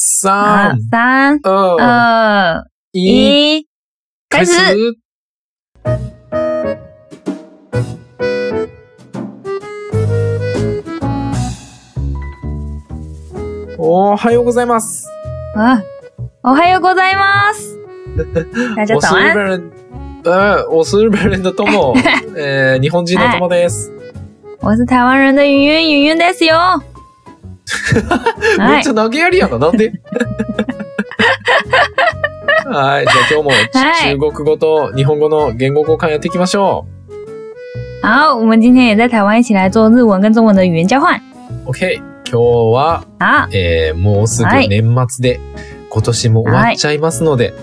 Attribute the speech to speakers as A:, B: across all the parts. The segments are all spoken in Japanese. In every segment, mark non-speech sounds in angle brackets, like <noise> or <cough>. A: 啊
B: 三、
A: 三
B: 二、
A: 二
B: 一，
A: 一，
B: 开始。
A: 开
B: おはようございます。
A: 啊！おはようございます。大家
B: 我
A: 早
B: 是日
A: 安。
B: 本人，呃，我是日本人的
A: <laughs>
B: Tomo，呃，日本人的 Tomo です。
A: 我是台湾人的云云云哦哎云ですよ。
B: め
A: は
B: っ
A: い
B: ち。ゃ投げやりやな、なん
A: <laughs>
B: ではい、じゃあ今日も
A: はい
B: 中国語と日本語の言語交換やっていきましょ
A: 好，我们今天也在台湾一起来做日文跟中文的语言交换。啊
B: う。OK、今日は、
A: 好，
B: えーもうすぐ
A: はい
B: 年末で、今年も終わっちゃいますので、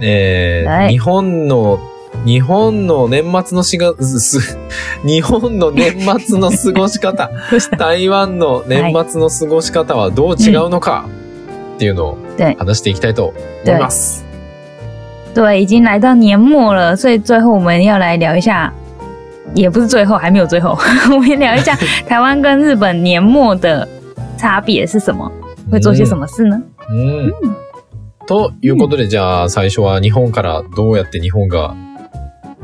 B: えー
A: はい
B: 日本の、日本の年末のしが、す、 <laughs> 日本の年末の過ごし方、
A: どうした？
B: 台湾の年末の過ごし方はどう違うのかっていうのを
A: 对
B: 話していきたいと思います。
A: 对，已经来到年末了，所以最后我们要来聊一下，也不是最后，还没有最后， <laughs> 我们聊一下台湾跟日本年末的差别是什么，会做
B: 嗯
A: 些什么事呢？
B: うんうんということで、じゃあ最初は日本からどうやって日本が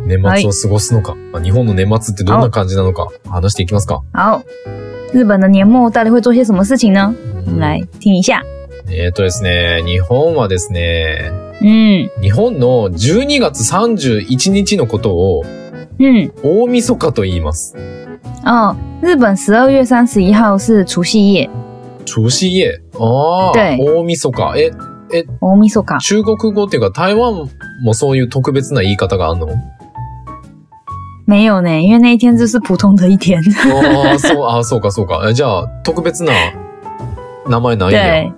B: 年末を過ごすのか、まあ日本の年末ってどんな感じなのか話していきますか。
A: 好，日本的年末到底会做些什么事情呢？我
B: うん
A: 们来听一下。
B: えっ、とですね、日本はですね、
A: 嗯
B: 日本の12月31日のことを
A: 嗯
B: 大晦日と言います。
A: 哦，日本十二月三十一号是除夕夜，
B: 除夕夜。ああ、
A: 对
B: 大晦日。え、
A: 大晦日。
B: 中国語っていうか台湾もそういう特別な言い方があるの
A: 没有呢，因为那一天就是普通的
B: <laughs>
A: 一天。
B: ああ、そう、ああ、そうか、そうか。えじゃあ、特別な名前ないんや。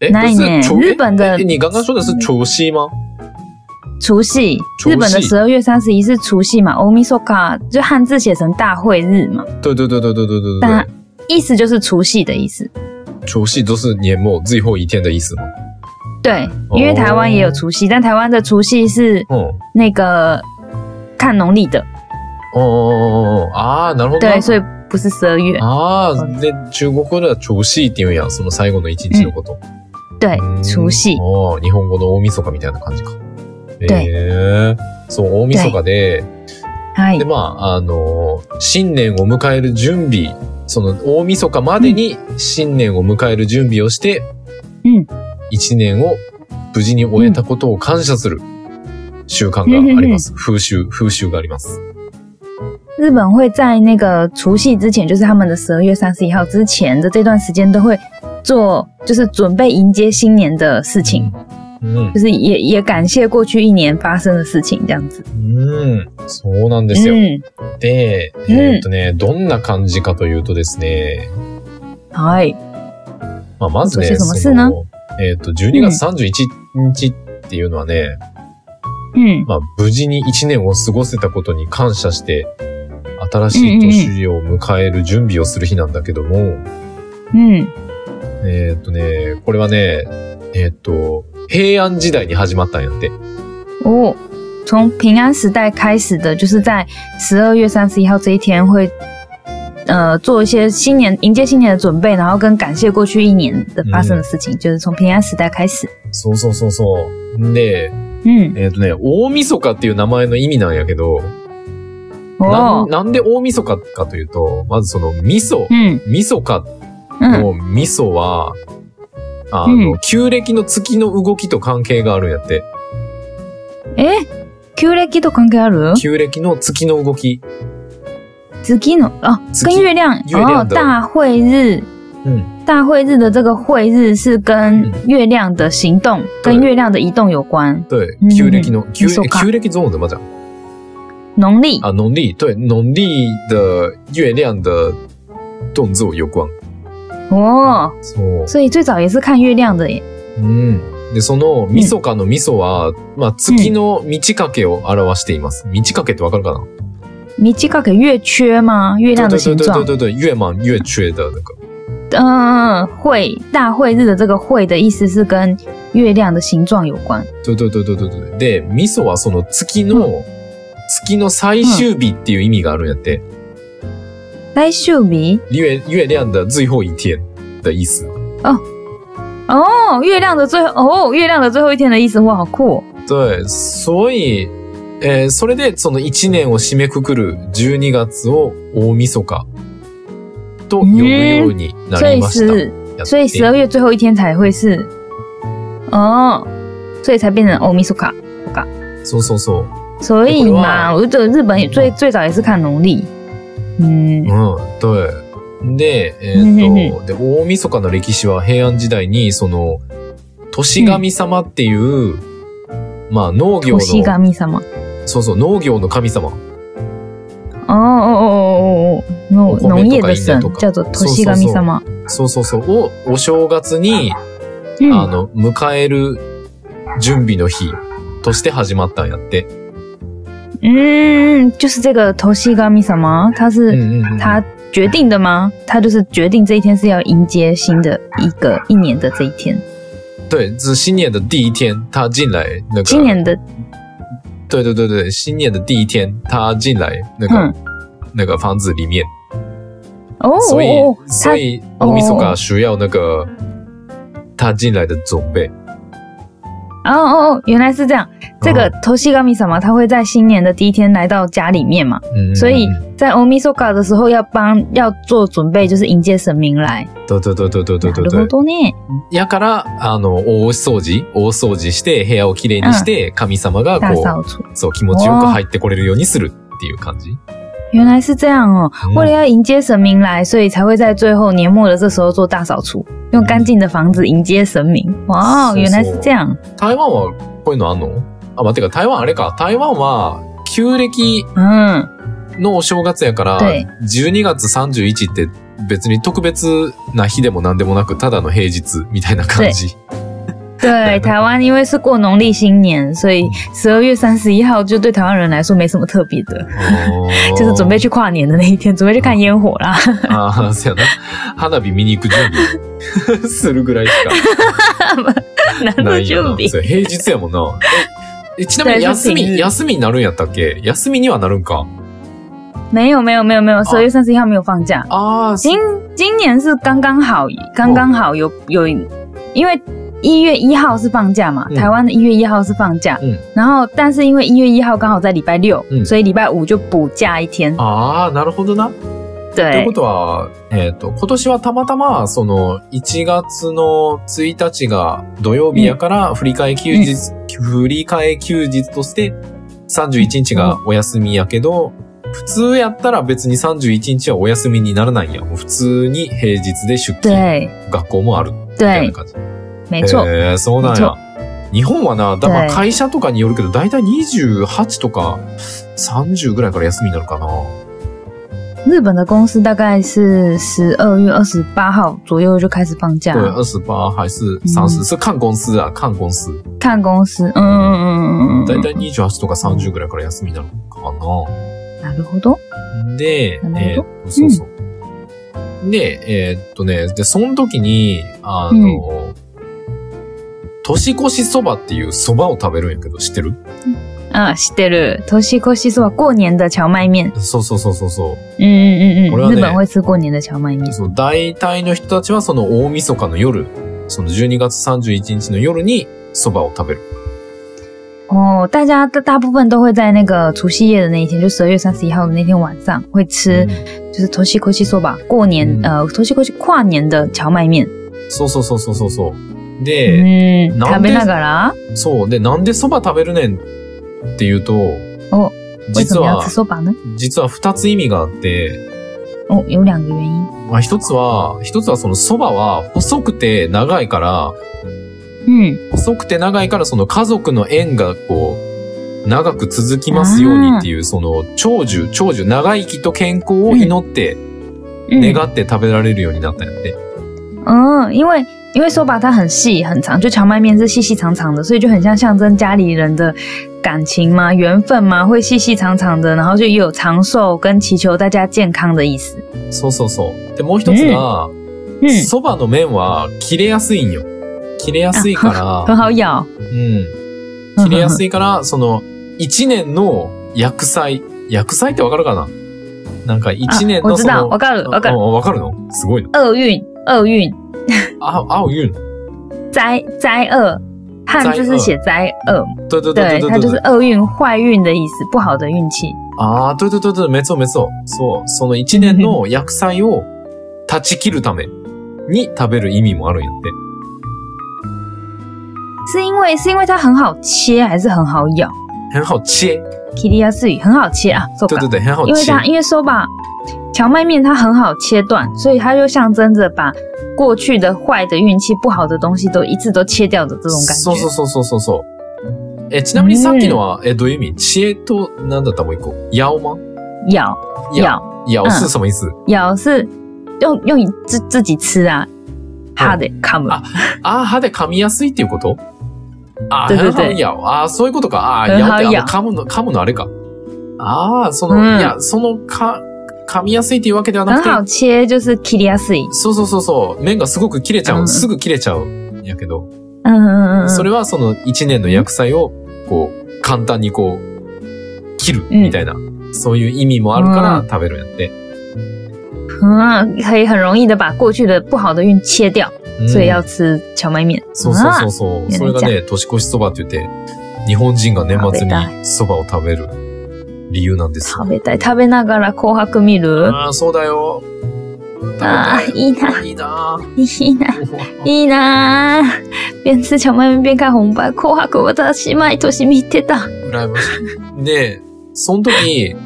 A: 对，
B: え
A: ないね
B: 哎不是除
A: 日本的
B: ええ你刚刚说的是除夕吗
A: 除夕，
B: 除夕
A: 日本的十二月三十一是除夕嘛，欧米索卡就汉字写成大会日嘛，
B: 对对对对对对对
A: 但
B: 对。
A: 意思就是除夕的意思。
B: 除夕都是年末最后一天的意思吗？
A: 对，
B: 哦
A: 因为台湾也有除夕，但台湾的除夕是
B: うん。
A: 那个看农历的，
B: おーおーおーおーああ、なるほどな。
A: 对，所以不是十二月。
B: あ
A: そ
B: あ、で、中国語では除夕って言うんや、その最後の一日のこと。
A: 对
B: う，ん
A: 除夕。
B: ああ日本語の大晦日みたいな感じか。へ
A: 对
B: え。そう、大晦日で、
A: 嗨
B: で、，まあ、あのー、新年を迎える準備、その大晦日までに新年を迎える準備をして、
A: うん
B: 一年を無事に終えたことを感謝する習慣があります。風習、風習があります。
A: 日本会在那个除夕之前，就是他们的十二月三十一号之前的这段时间，都会做就是准备迎接新年的事情，
B: うん
A: 就。是也也感谢过去一年发生的事情，这样子。
B: うん。そうなんですよ。
A: 嗯，
B: で、
A: うん
B: えーっとね、どんな感じかというとですね、
A: 嗨，
B: まあ、まずね、
A: そしてそ
B: そ
A: の
B: のえーっと、12月31日っていうのはね、
A: 嗯
B: まあ、無事に1年を過ごせたことに感謝して、新しい年を迎える準備をする日なんだけども、
A: 嗯，
B: えーっとね、これはね、えーっと、平安時代に始まったんやって。
A: 哦，从平安时代开始的，就是在十二月三十一号这一天会，呃，做一些新年迎接新年的准备，然后跟感谢过去一年的发生的事情，就是从平安时代开始。
B: そうそうそうそう。んで、
A: 嗯，
B: えーっとね、大晦日っていう名前の意味なんやけど、な
A: 哦
B: ん，なんで大晦日かというと、まずその味噌、
A: 嗯
B: 味噌か
A: 嗯，
B: の味噌は、あ
A: う
B: の、旧暦の月の動きと関係があるんやって。
A: 诶旧暦と関係ある？
B: 旧暦の月の動き。
A: 月の哦，
B: 月
A: 跟月亮
B: 月亮
A: 哦，
B: 的
A: 大会日。
B: 嗯，
A: 大会日的这个会日是跟
B: 嗯
A: 月亮的行动、跟
B: 对
A: 月亮的移动有关。
B: 对
A: 嗯，
B: 旧暦の、旧
A: そうか
B: 旧暦中文怎么讲？
A: 农历
B: 啊，农历对农历的月亮的动作有关。
A: 哦，
B: そう。
A: 所以最早也是看月亮的耶。
B: うん。で、その、味噌かの味噌は、まあ、月の満ち欠けを表しています。満ち欠けってわかるかな
A: 你这个给月缺吗？月亮的
B: 对
A: 形
B: 对对
A: 状
B: 对。对对，月满月缺的那个。
A: 嗯嗯嗯，会大会日的这个会的意思是跟月亮的形状有关。
B: 对对对对对对。で、味噌はその月の、月の最終日っていう意味があるんやって。
A: 来秀比
B: 月月亮的最后一天的意思。
A: 哦，月亮的最后哦，月亮的最后一天的意思哇，好酷、哦！
B: 对、所以、えーそれでその1年を締めくくる12月を大晦日と呼ぶようにな
A: 所
B: り
A: 以
B: ました。
A: 是，
B: やって
A: 所以十二月最后一天才会是哦，所以才变成欧米苏卡。
B: そうそうそう。
A: 所以嘛，
B: こ
A: 我觉得日本也
B: 嗯
A: 最最早也是看农历。
B: う
A: 嗯，
B: ん、对。で、えー
A: うんうん
B: っと、で、大晦日の歴史は平安時代に、その、年神様っていう、まあ農業
A: 我西嘎
B: の、
A: 密什么？
B: そうそう、農業の神様。
A: 哦哦哦哦哦哦，农
B: お米とか
A: 农业的
B: 稲
A: 神
B: とか
A: 叫做
B: そう
A: ト
B: そうそう
A: 西嘎密什么？
B: そうそうそう。を、お正月に、あ
A: 嗯，
B: の、迎える準備の日として始まったんやって。
A: 嗯，就是这个ト西嘎密什么，
B: う
A: 它
B: ん
A: 是
B: うんうん。
A: 它决定的吗？它就是决定这一天是要迎接新的一个一年的这一天，
B: 对，自新年的第一天，他进来那个。
A: 今年的
B: 对对对对，新年的第一天，他进来那个、
A: 嗯
B: 那个房子里面，
A: 哦哦
B: 所以、
A: 哦，它
B: 所以
A: 哦
B: 欧米苏卡需要那个他进来的准备。
A: 哦哦哦，原来是这样。这个
B: 嗯
A: 头西高米什么，他会在新年的第一天来到家里面嘛，
B: 嗯，
A: 所以
B: 嗯嗯
A: 在欧米索嘎的时候要帮要做准备，就是迎接神明来。
B: 对对对对对对
A: な
B: 对
A: るほ
B: 对。
A: どね。
B: やからあの大掃除、大掃除して部屋をきれいにして、神様が
A: 大
B: こ
A: 扫除，
B: うそう気持ちよく入ってこれるようにするっていう感じ。
A: 原来是这样哦。
B: 嗯
A: 为了要迎接神明来，所以才会在最后年末的这时候做大扫除，用干净的房子迎接神明。哇哦，
B: 是
A: 原来是这样。
B: 台湾はこういうのあんの？あ、まあ、てか台湾あれか。台湾は旧暦
A: 嗯，
B: のお正月やから
A: 对、
B: 12月31って別に特別な日でも何でもなく、ただの平日みたいな感じ。
A: 对，台湾因为是过农历新年，所以十二月三十一号就对台湾人来说没什么特别的。
B: <laughs>
A: 就是准备去跨年的那一天，准备去看烟火啦。
B: ああ、そうやな。花火見に行く準備 <laughs> するぐらいしか
A: <laughs> 难度
B: <laughs> ないよな。
A: 就比
B: それ平日やもんな。ええちなみに
A: 大丈夫
B: 休
A: 平
B: み、
A: 日
B: 休みになるんやったっけ休みにはなるんか。
A: 没有没有没有没有，十二月三十一号没有放假。
B: ああ、
A: 今今年是刚刚好，刚刚好有有，因为一月一号是放假嘛，
B: 嗯
A: 台湾的一月一号是放假，
B: 嗯
A: 然后但是因为一月一号刚好在礼拜六，
B: 嗯哦
A: 所以礼拜五就补假一天。
B: ああ、なるほどな。という
A: 对
B: こ，とは、えっ、と、今年はたまたま、その、1月の1日が土曜日やから、振り替え休日、振り替え休日として、31日がお休みやけど、普通やったら別に31日はお休みにならないんや。もう普通に平日で出勤、
A: 对
B: 学校もある、みたいな
A: 对，
B: 感じ。
A: 没错，
B: えー、そうなん
A: そ
B: や
A: う。
B: 日本はな、だまあ
A: はい
B: 会社とかによるけど、だいたい28とか30ぐらいから休みになるかな。
A: 日本的公司大概是十二月二十八号左右就开始放假
B: 对，
A: 了，
B: 二十八还是三十、
A: 嗯
B: 是看公司啊，看公司。
A: 看公司，嗯嗯嗯嗯嗯
B: だい
A: 嗯
B: たい28とか30ぐらいから休みなのか
A: 嗯，なるほど。
B: な。で、
A: な
B: え
A: るほ
B: ーそうそう。で、えーっとね、で、その時に、あの、年越しそばっていうそばを食べるんやけど、知ってる
A: 啊，知ってる。年越しそば过年的荞麦面。
B: そうそうそうそうそ
A: 嗯嗯嗯
B: これは
A: 嗯，
B: ね
A: 日本会吃过年的荞麦面
B: う。。その大体の人たちはその大晦日の夜、その12月31日の夜にそばを食べる。
A: 哦，大家大大部分都会在那个除夕夜的那一天，就十二月三十一号的那天晚上会吃，就是年越しそば，过年、
B: 嗯
A: 呃年越し跨年的荞麦面。
B: そうそうそうそうそうそう。で、
A: 嗯，
B: なん
A: 食
B: で
A: べながら，
B: そう。で、なんで蕎麦食べるねんっていうと、
A: お为什
B: 実
A: 么要
B: は
A: 吃、そば呢？
B: 実は二つ意味があって、
A: 哦，有两个原因。
B: まあ一つは、一つはその蕎麦は細くて長いから、
A: 嗯，
B: 細くて長いからその家族の縁がこう、長く続きますようにっていう、その長寿、長寿、長生きと健康を祈って、
A: 嗯
B: 願って食べられるようになったんやって。
A: 嗯，因为因为手把它很细很长，就荞麦面是细细长长的，所以就很像象征家里人的感情嘛、缘分嘛，会细细长长的，然后就也有长寿跟祈求大家健康的意思。
B: そうそうそう。で、もう一つが、
A: 嗯，
B: 蕎麦の麺は切れやすいんよ。切れやすいから、
A: 很好咬。
B: うん。切れや
A: <laughs>
B: すいから、その、一年の薬剤。薬剤ってわかるかななんか一年
A: あ啊我
B: の
A: 知
B: その
A: 道，、我告诉，我告
B: あ
A: 诉，
B: 哦わかるのすごいの。
A: 厄运，厄运，
B: あ、あおゆん。
A: 灾灾厄，汉就是写灾厄，
B: 对对对
A: 对，
B: 对
A: 它
B: 对
A: 就是
B: 对。
A: 厄运、坏运的意思，不好的运气。
B: ああ、对对对对、没错没错。そう。その一年
A: <laughs>
B: の厄災を断ち切るために食べる意味もあるんやって。
A: 是因为是因为它很好切，还是很好咬？
B: 很好切。
A: 切りやすい，很好切啊，そう
B: 对
A: か
B: 对。对、很好
A: 因为
B: 切。
A: 它因为说吧，荞麦面它很好切断，所以它就象征着把过去的坏的运气、不好的东西都一次都切掉的这种感觉。
B: そうそうそうそうそうそう。え、ちなみにさっきのは、え、どういう意味知恵と、なんだったもう一個。ヤオマ
A: 咬
B: ヤ
A: 咬
B: オ。ヤオ
A: う
B: 是
A: ん
B: 什么意思
A: 咬是用用你自自己吃啊，哈
B: 啊
A: 的 come
B: ああー、歯で噛みやすいっていうことあ
A: 对
B: ー、
A: 对
B: 很好ヤオ。あー、そういうことか。あー、
A: 很
B: ヤオっ
A: 好
B: てあの
A: 咬
B: 噛むの、噛むのあれか。ああ、その、
A: うん
B: いや、そのか、噛みやすいっていうわけではな
A: 很
B: くて、
A: 好切，就是切りやすい。
B: そうそうそうそう、麺がすごく切れちゃ
A: う
B: う。
A: ん
B: すぐ切れちゃうんやけど、
A: 嗯嗯嗯
B: そ
A: 嗯
B: れはその一年の薬剤を、こう、簡単にこう、切るみたいな、そういう意味もあるから
A: う
B: 食べるんやって。
A: 嗯啊，可以很容易的把过去的不好的运切掉，
B: うん
A: 所以要吃荞麦面。啊
B: そうそうそうそう。
A: あ
B: それがね、年越しそばって言って、日本人が年末
A: 食べ
B: にそばを食べる理由なんですよ
A: 食。べたい食べながら紅白見る。
B: ああ、そうだよ。啊食べ
A: あ
B: た
A: あ
B: い。
A: いいない
B: いなぁ。
A: いいな。いいなあ边吃荞麦面边看红白紅白私毎年見てた。
B: 羨ましい。で、その時、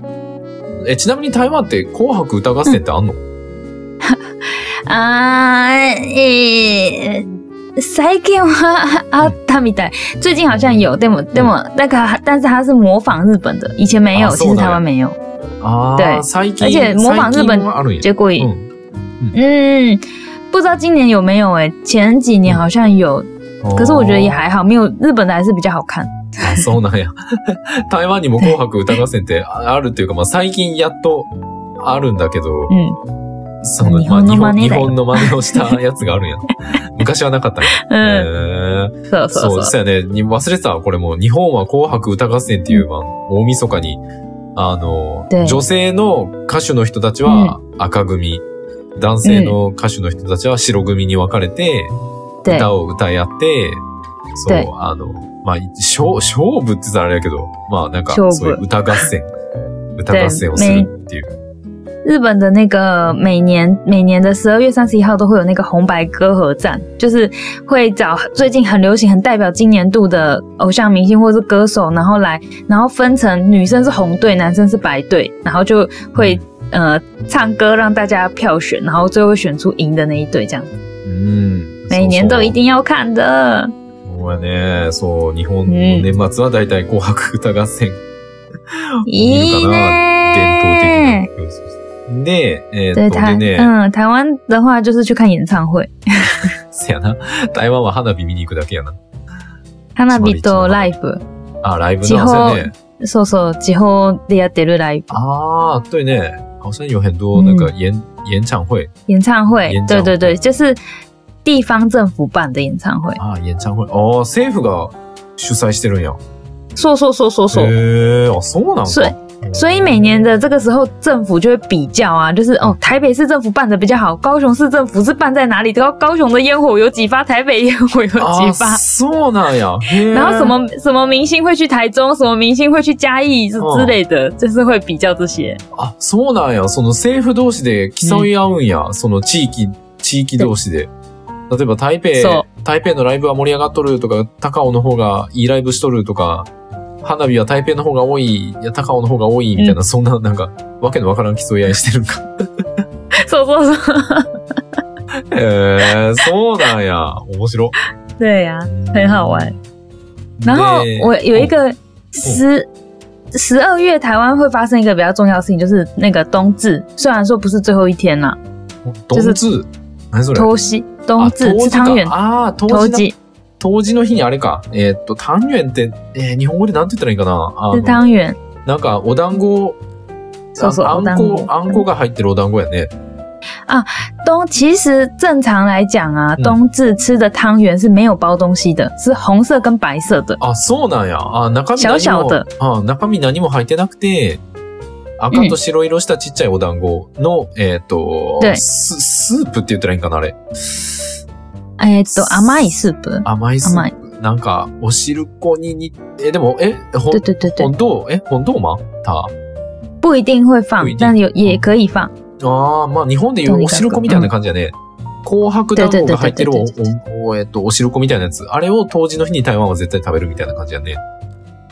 B: え、ちなみに台湾って紅白歌合戦ってあんの、
A: あー、えー、最近はあったみたい。最近好像有，でも、でも、なんか、但是它是模仿日本啊的，以前没有
B: あ，
A: 其
B: そうなんや
A: 实台湾没有。
B: ああ、
A: 对
B: 最近。
A: 而且模仿日本
B: 最近はあるんや。
A: 结果也，
B: うん。
A: 嗯，不知道今年有没有诶、前几年好像有，可是我觉得也还好，没有日本的还是比较好看。
B: あそうなんや。 <laughs> 台湾にも紅白歌合戦ってああるっていうか、まあ最近やっとあるんだけど、
A: 嗯
B: その、
A: 日
B: まあ
A: 本の
B: 日
A: 真
B: 本
A: 似
B: 日
A: だよ
B: 本の真似をしたやつがあ
A: <laughs>
B: るんや。昔はなかったね。
A: 嗯，
B: へー
A: そうそ
B: そうう、
A: そう。
B: そうやね。に忘れてたわこれも。日本は紅白歌合戦っていう、まあ、大晦日に、あの、
A: で
B: 女性の歌手の人たちは赤組、男性の歌手の人たちは白組に分かれて、
A: 对，
B: 歌を歌い合って、そ
A: で
B: う、あの、まあ、勝勝負って言ったらあれやけど、まあ、なんか、
A: 勝負
B: そういう歌合戦、歌合戦をするっていう。
A: 日本的那个每年每年的十二月三十一号都会有那个红白歌合战，就是会找最近很流行、很代表今年度的偶像明星或是歌手，然后来，然后分成女生是红队，男生是白队，然后就会呃唱歌让大家票选，然后最后会选出赢的那一队，这样
B: うん。
A: 每年
B: そう
A: 都
B: そう
A: 一定要看的。
B: そうやね。そう、日本の年末はだいたい紅白歌合戦、
A: 咦
B: 伝統的
A: 呢？
B: な要素です。で、えー
A: 对
B: っと、で
A: 台
B: ね、
A: 嗯，台湾的话就是去看演唱会，
B: せやな。台湾は花火見に行くだけやな。
A: 花火と live。
B: あ、ライブ
A: 地
B: な、そう
A: 方
B: やね。
A: そうそう、地方でやってるライブ、
B: あー、对ね。好像有很多、なんか、演、演唱会。
A: 演唱会
B: 演，唱
A: 对
B: 会
A: 对对，就是地方政府办的演唱会。
B: あー、演唱会。あー、政府が主催してるんや。
A: 说说说说说，
B: へー、あ、そうなんか。
A: 所以所以每年的这个时候，政府就会比较啊，就是
B: 嗯
A: 哦，台北市政府办的比较好，高雄市政府是办在哪里？高高雄的烟火有几发，台北烟火有
B: あ
A: 几
B: ー、
A: 发。
B: そうなんや。へー
A: 然后什么什么明星会去台中，什么明星会去嘉义之
B: 哦
A: 之类的，就是会比较这些。 <laughs>
B: あ、そうなんや。その政府同士で競い合うんや。その地域、地域同士で。例えば台
A: そ
B: 北、台北のライブは盛り上がっとるとか、高尾の方がいいライブしとるとか、花火は台北の方が多い、いや、高尾の方が多い、みたいな、そんな、なんか、わけのわからん競い合いしてるんか。
A: 说说说，
B: <laughs> へえ、そうなんや。面白。
A: 对呀、很好玩。然后
B: で
A: 我有一
B: 哦
A: 个十十二月台湾会发生一个比较重要的事情，就是那个冬至，虽然说不是最后一天啦，
B: お冬至何それ
A: 冬西冬
B: あ
A: 至
B: 冬
A: 吃
B: 至か
A: 汤圆，
B: ああ、冬
A: 冬
B: 至だ。
A: 季
B: 冬至の日にあれか。えーっと、単元って、えー日本語でなんて言ったらいいんかな。あ
A: 吃
B: の
A: 汤圆，
B: なんか、お団子、
A: そうそう
B: ああ
A: お団
B: んこ
A: 子、
B: あんこが入ってるお団子やね。
A: 冬其实正常来讲啊，
B: 嗯
A: 冬至吃的汤圆是没有包东西的，是红色跟白色的。
B: あ、そうなんや。あ、中身何も、
A: 小々
B: あ中身何も入ってなくて、赤と白色したちっちゃいお団子の、えっ、と
A: 对
B: ス、スープって言ったらいいんかな、あれ。
A: えーっと、甘いスープ
B: 甘いス
A: 甘
B: ー
A: い。
B: プ。なんか、お汁粉に似え、でも、え、ほ
A: 对
B: ん、
A: 对对对
B: ほ，んとえ、ほんとまた。
A: 不一定会放
B: 不一，定嗯
A: 但有也可以放。
B: ああ、まあ日本でいうお汁粉みたいな感じだね。紅白団子が入ってるお
A: 对对对对对、
B: おおえっと、お汁粉みたいなやつ。あれを当時の日に台湾は絶対食べるみたいな感じだね。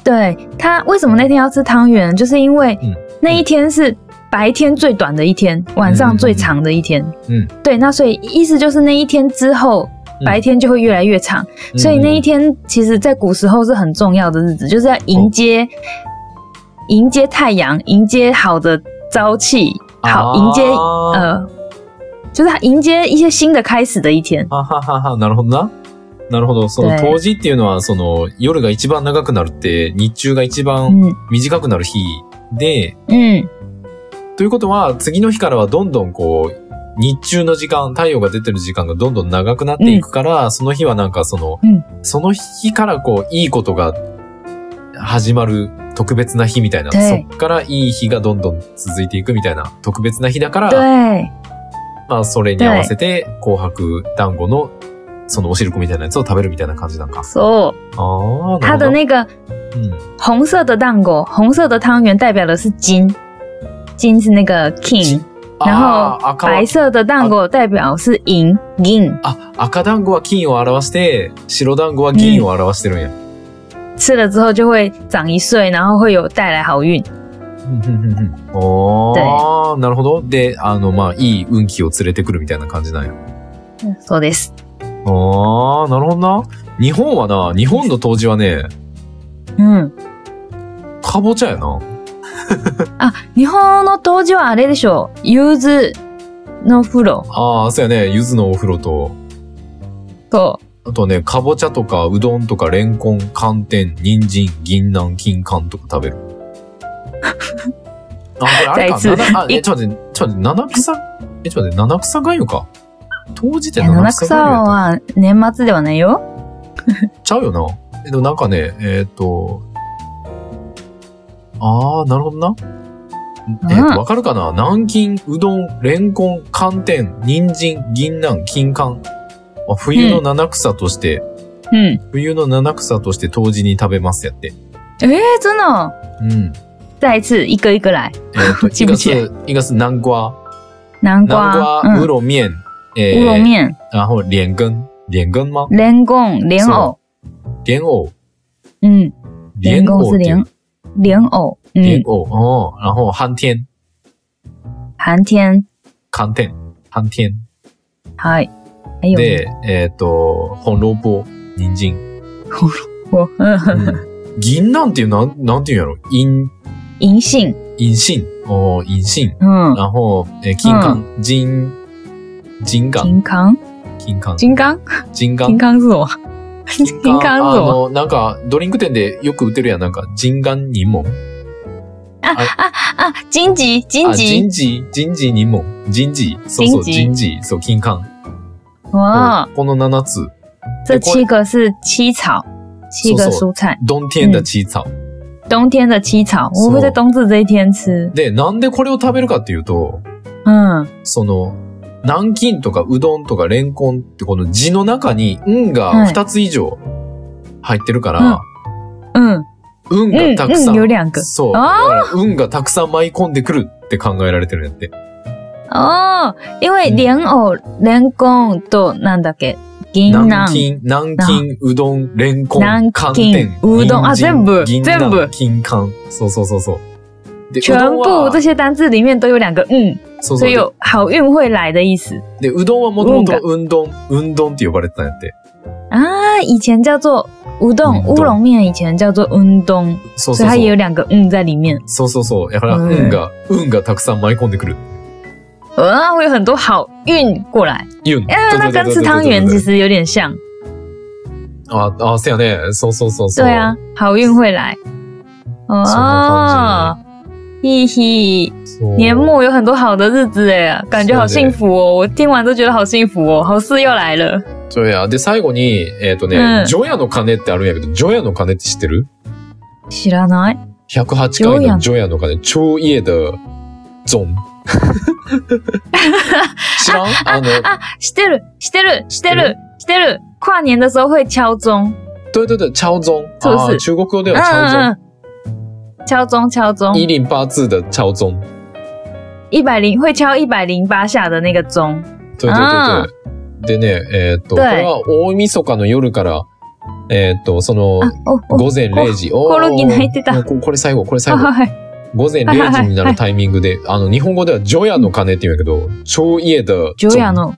A: 对他为什么那天要吃汤圆，就是因为
B: 嗯
A: 那一天是白天最短的一天，晚上最长的一天。
B: 嗯，
A: 对，那所以意思就是那一天之后。
B: 嗯
A: 白天就会越来越长，所以那一天其实，在古时候是很重要的日子，就是要迎
B: 哦
A: 接、迎接太阳，迎接好的朝气，
B: 啊
A: 好迎接
B: あー
A: 呃，就是它迎接一些新的开始的一天。
B: はははは、なるほどな。なるほど。その
A: 对
B: 当時っていうのは、その夜が一番長くなるって、日中が一番
A: 嗯
B: 短くなる日で、
A: 嗯，
B: ということは、次の日からはどんどんこう、日中の時間、太陽が出てる時間がどんどん長くなっていくから、その日はなんかその、
A: うん
B: その日からこう、いいことが始まる特別な日みたいな。そ
A: 对
B: っからいい日がどんどん続いていくみたいな特別な日だから、
A: 对
B: まあそれに合わせて、紅白団子のそのお汁粉みたいなやつを食べるみたいな感じなんか。
A: ，so
B: ああ、な
A: 它
B: るほど。
A: 的那个
B: うん
A: 红色的蛋果，红色的汤圆代表的是金，金是那个 king，然
B: あ
A: 后
B: ー赤は
A: 白色的蛋果代表是银 gin，
B: あ、赤団子は金を表して、白団子は銀を表してるんや。
A: 吃了之后就会长一岁，然后会有带来好运。
B: おー、なるほど。で、あの、まあ、いい運気を連れてくるみたいな感じなんや。
A: そうです。
B: あー、なるほどな。日本はな、日本の当時はね、
A: うん。
B: かぼちゃやな。
A: 日本の当時はあれでしょう。柚子の風呂。
B: あー、そうやね。柚子のお風呂と、
A: そ
B: あとね、かぼちゃとか、うどんとか、レンコン、寒天、人参、銀杏、金柑とか食べ
A: <laughs>
B: る。あ、これあれか。
A: じゃあいつ
B: 七あ、え、ちょっと待って、ちょっと待って、七草、え、ちょっと待って、七草がゆか。当時っ
A: う。
B: て
A: いや、七
B: 七草
A: 草
B: がゆやった
A: は年末ではないよ。
B: ちゃうよな。え、でもなんかね、えーっと、あー、なるほどな。えーっ
A: うん
B: と、わかるかな南京、うどん、レンコン、寒天、人参、銀杏、金柑。まあ冬の七草として、
A: うん。
B: 冬の七草として当時に食べますやって。
A: えー、真的。
B: うん。
A: 再一次、一个一个来。
B: えーっ
A: <laughs>
B: と、一
A: 记不
B: 个
A: 起
B: 是、一个是南瓜。
A: 南
B: 南
A: 瓜
B: 瓜、、乌
A: 嗯，
B: 龙面。え
A: 乌龙
B: ー、
A: 面、
B: 然后莲根。莲根吗
A: 莲藕、莲藕。
B: 莲藕。
A: 嗯，莲
B: 藕
A: 藕是
B: っていう
A: 莲莲藕。
B: 莲
A: 嗯，
B: 藕。哦。然后寒天。
A: 寒天。
B: 寒天。寒天。
A: はい。还有
B: で、えっ、と、本ローポ、人
A: <laughs>
B: 参。
A: 我嗯
B: うん銀なんていう、なん、なんていうんやろ陰、
A: 银杏。
B: 陰心。おー、陰心。
A: 嗯，
B: 然后、えー金柑、人、人柑、
A: 金康、
B: 金柑、
A: 金刚、
B: 人柑。
A: 金刚是什 <laughs> 么？金
B: あ
A: 刚是什么？
B: の、なんか、ドリンク店でよく売ってるやん、なんか、人柑柠檬。
A: 啊，荆棘，荆
B: あ、
A: 棘
B: 人。事、人事柠檬。人事。そうそう、人
A: 人
B: 事。そう、金柑。
A: 哇，
B: この7つ。
A: 这七个是七草，七个蔬菜，
B: ドンティエンダチーツァオ
A: 冬天的七草，
B: そう
A: 我会在冬至这一天吃。
B: で、なんでこれを食べるかっていうと、
A: 嗯，
B: その、南京とかうどんとかレンコンってこの字の中に運が
A: はい
B: 2つ以上入ってるから、
A: 嗯
B: 運が
A: 嗯
B: たくさん。
A: 嗯，有两个
B: そう。だ
A: あ
B: から運がたくさん舞い込んでくるって考えられてるんやって。
A: 哦，因为莲藕、莲藕都なんだっけ、銀
B: 南京、
A: 杏、
B: 南京、うどん、レンコン、
A: 南京
B: 寒天、
A: うどんあ
B: 人参
A: 全部
B: 銀杏
A: 全部
B: 金柑。そうそうそうそう。で、
A: 全
B: うどん
A: 部
B: は
A: 这些单字里面都有两个嗯，
B: そう
A: 所
B: そう
A: 以有好运会来的意思
B: で、うどんはもともとうんどん、うんどんって呼ばれてたんやって。
A: 啊。以前叫做乌冬
B: 嗯，
A: 乌龙面以前叫做温冬，
B: そうそ
A: 所
B: う
A: 以它也
B: そ
A: 有
B: う。
A: 两个嗯在里面。
B: そうそうそう。だから、
A: うん
B: 運が、運がたくさん舞い込んでくる。
A: 啊，会有很多好运过来。
B: ユン。
A: 哎、那跟吃汤圆其实有点像。
B: あ、あ、そうやね。そうそうそうそう。
A: 对啊，好运会来。
B: 什么
A: 哦，嘿嘿，
B: そう
A: 年末有很多好的日子哎，感觉好幸福哦！我听完都觉得好幸福哦，好事又来了。
B: そうや。で、最後に、えっ、と
A: う
B: ね、
A: ん
B: ジョヤの鐘ってあるんやけど、ジョヤの鐘って知ってる
A: 知らない。
B: ?108 回のジョヤの鐘。超家的ゾン。知らんあの、
A: あ、知ってる、知ってる、知ってる、知してる跨年的时候会敲钟，
B: 对对对，敲钟，
A: 是不是
B: 啊中国語で
A: 嗯
B: は敲
A: 嗯
B: 钟，
A: 嗯，敲钟敲钟，
B: 一零八字的敲钟，
A: 一百零会敲一百零八下的那个钟，
B: 对对
A: あ
B: 对对。でね、えーっと、こ
A: 对
B: れは大晦日の夜から、えーっと、その
A: 啊、哦哦，
B: 午前0時、お
A: コオロギ泣いてた
B: もうここれ最後、これ最
A: 啊
B: 後。
A: はい
B: 午前0時になるタイミングで、あの、日本語では除夜の鐘って言うんやけど、昼夜的
A: 九夜の，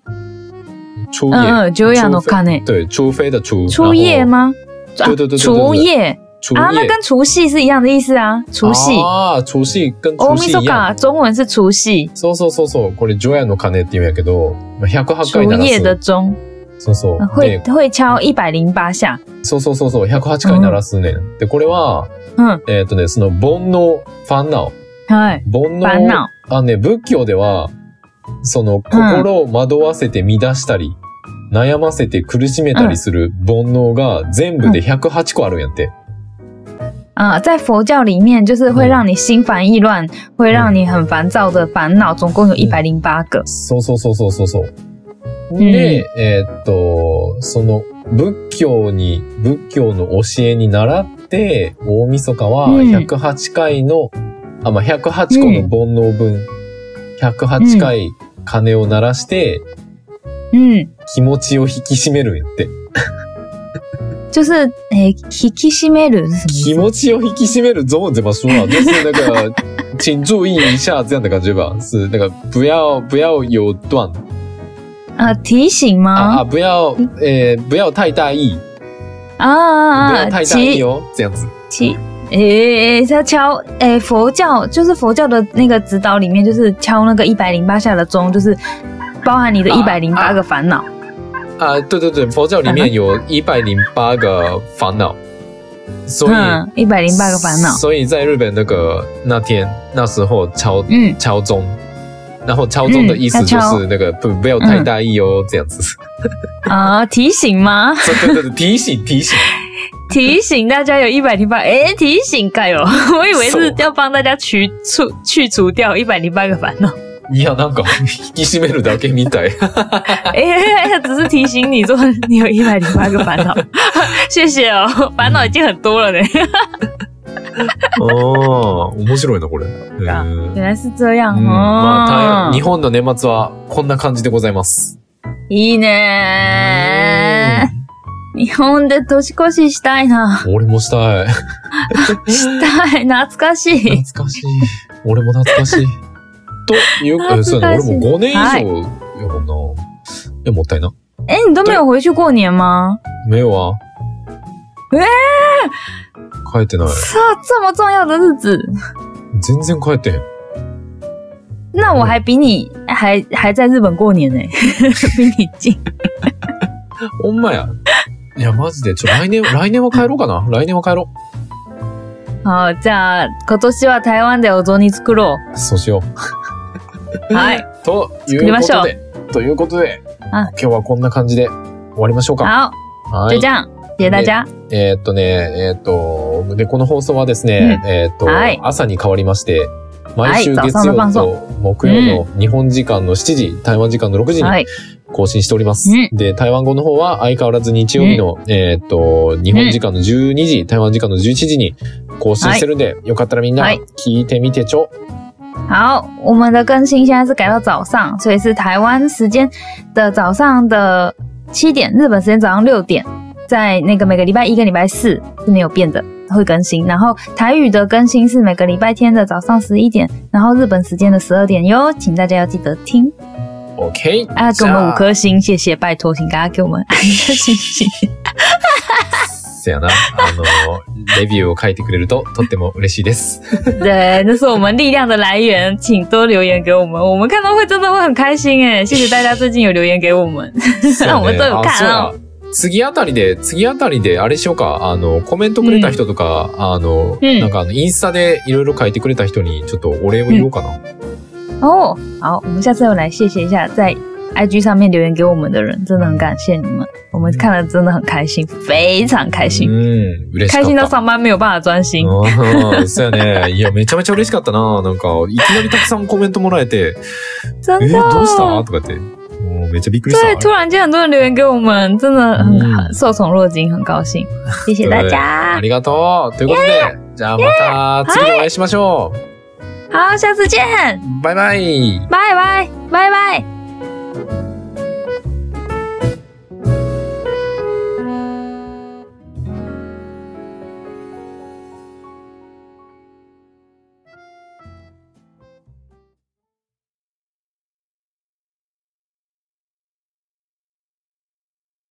B: 昼
A: 哦嗯
B: 夜。
A: 嗯，九夜の鐘，
B: 对、除非的除。
A: 初夜
B: 然后？
A: 吗？啊
B: 对对对对对对
A: 除夜
B: 除
A: 啊，那
B: 夜。
A: 跟除夕是一样的意思啊，除夕。哦
B: ああ、除夕跟
A: 大
B: 除
A: 晦
B: 夕一样。
A: 日，中文是除夕，
B: そうそうそうそう。これ除夜の鐘って言うんやけど、まあ108
A: 除
B: 回鳴ら
A: 夜的
B: す。
A: 钟
B: そ
A: 呃
B: うそう。で、
A: 会会敲一百零八下。
B: そうそうそうそう、108回鳴らすね。で、これは、
A: 嗯，
B: えーっ、とね、その、煩悩、煩悩。
A: はい。
B: 煩
A: 烦
B: 悩。
A: 恼。
B: あのね、仏教では、その、心を惑わせて乱したり、悩ませて苦しめたりする煩悩が全部で108個あるんやって。
A: 啊，在佛教里面，就是会让你心烦意乱，会让你很烦躁的烦恼，总共有一百零八个。
B: そうそうそうそうそうそう。
A: ん
B: で、えーっと、その、仏教に、仏教の教えに習って、大晦日は
A: うん
B: 108回の、あ、まあ、108個の煩悩分、108回鐘を鳴らして、
A: 嗯，
B: 気持ちを引き締めるんやって。
A: 就是诶，引き締める是什
B: 気
A: 么意思？
B: 持ちを引き締めるゾーン怎么说啊？就是那个，请注意一下这样的感觉吧。是那个不要不要有断
A: 呃，提醒
B: 啊
A: 吗
B: 啊，？不要呃不要太大意，
A: 啊啊
B: 不
A: 啊
B: 要！太大意
A: 祈
B: 哦，这样子。
A: 祈，诶，他敲诶，佛教就是佛教的那个指导里面，就是敲那个一百零八下的钟，就是包含你的一百零八个烦恼。
B: 啊，对对对，佛教里面有一百零八个烦恼，所以
A: 嗯，一百零八个烦恼。
B: 所以在日本那个那天那时候敲
A: 嗯
B: 敲钟，然后敲钟的
A: 嗯
B: 意思就
A: 要敲
B: 是那个不不要太大意哦，这样子。
A: 啊、提醒吗？
B: <laughs> 对对对，提醒提醒。
A: 提醒大家有一百零八，哎，提醒盖哦，我以为是要帮大家去除去除掉一百零八个烦恼，
B: いや、なんか、引き締めるだけみ <laughs> たい。
A: <laughs> 哎，只是提醒你说你有一百零八个烦恼， <laughs> 谢谢哦， <laughs> 烦恼已经很多了呢，
B: ああ、面白いな、こ
A: <laughs>
B: れ。うん
A: か <laughs> 原来是这样
B: うんまあ、
A: 哦
B: 台、日本の年末はこんな感じでございます。
A: いいね。日本で年越ししたいな。
B: うん俺もしたい。
A: <laughs> したい。懐かしい。
B: 懐かしい。俺も懐かしい。というか、え
A: 懐かしい
B: そうやね、俺も5年以上やもんな。え、もったいな。
A: 哎，你都没有回去过年吗？
B: 目は
A: え
B: 帰ってない。
A: 这这么重要的日子，
B: 全然帰ってへん。
A: 那我还比你还还在日本过年呢、 <laughs> 比你近。
B: ほんまや。いや、マジで。ちょ、来年、 <laughs> 来年は帰ろうかな。来年は帰ろ
A: 好，じゃあ今年は台湾でお雑煮作ろ
B: う。そうしよう。
A: う。はい。
B: とい
A: 作り
B: う
A: ま
B: こ
A: しょ
B: とで、ということで、
A: あ
B: 今日はこんな感じで終わりましょうか。
A: 好，
B: は
A: 就
B: い
A: 这。样，谢谢大家。
B: えーっとね、えーっと、で、この放送はですね、えーっと
A: はい、
B: 朝に変わりまして、毎週
A: はい
B: 月
A: 早朝の
B: 曜
A: 放
B: と木曜の日本時間の7時、台湾時間の6時
A: は
B: に
A: い。
B: 更新しております
A: うん。
B: で、台湾語の方は相変わらず日曜日の、えーっと、日本時間の12時、台湾時間の11時に更新してるんで、よかったらみんな
A: はい
B: 聞いてみてちょ。
A: 好，我们的更新现在是改到早上，所以是台湾时间的早上的七点，日本时间早上六点，在那个每个礼拜一跟礼拜四是没有变的，会更新。然后台语的更新是每个礼拜天的早上十一点，然后日本时间的十二点哟，请大家要记得听。
B: OK。
A: 啊，给我
B: じゃ
A: 们
B: あ
A: 五颗星，谢谢，拜托，请大家给我们 <laughs> 按一个星星。
B: せやな。あの、レビューを書いてくれるととっても嬉しいです。
A: 对，那是我们力量的来源，请多留言给我们，我们看到会真的会很开心哎！谢谢大家最近有留言给我们， <laughs>
B: <laughs>
A: 让我们都有
B: あそう
A: 看
B: や
A: 哦。
B: 次あたりで、次あたりで、あれしようか、あの、コメントくれた人とか、あの、
A: うん
B: なんかあの、インスタでいろいろ書いてくれた人に、ちょっとお礼を言おうかな。
A: 哦，好，我们下次要来谢谢一下在 IG 上面留言给我们的人，真的很感谢你们，我们看了真的很开心，非常开
B: う
A: 心，
B: ん、嬉しかっ
A: 开
B: た。
A: 心到上班没有办法专心。
B: 哦うんそうやね。いや、めちゃめちゃ嬉しかったな。なんか、いきなりたくさんコメントもらえて、え
A: 真
B: ー
A: 的
B: 啊どうしたとかって。うん
C: 我没这びっくりした
A: 对，突然间很多人留言给我们，真的很、
B: 嗯
A: 受宠若惊，很高兴，谢谢大
B: あ
A: 家。
B: りがとう。ということで、じゃあまた次お会いしましょ
A: 好，下次见，
B: う。バイバイ。
A: 拜拜，拜拜。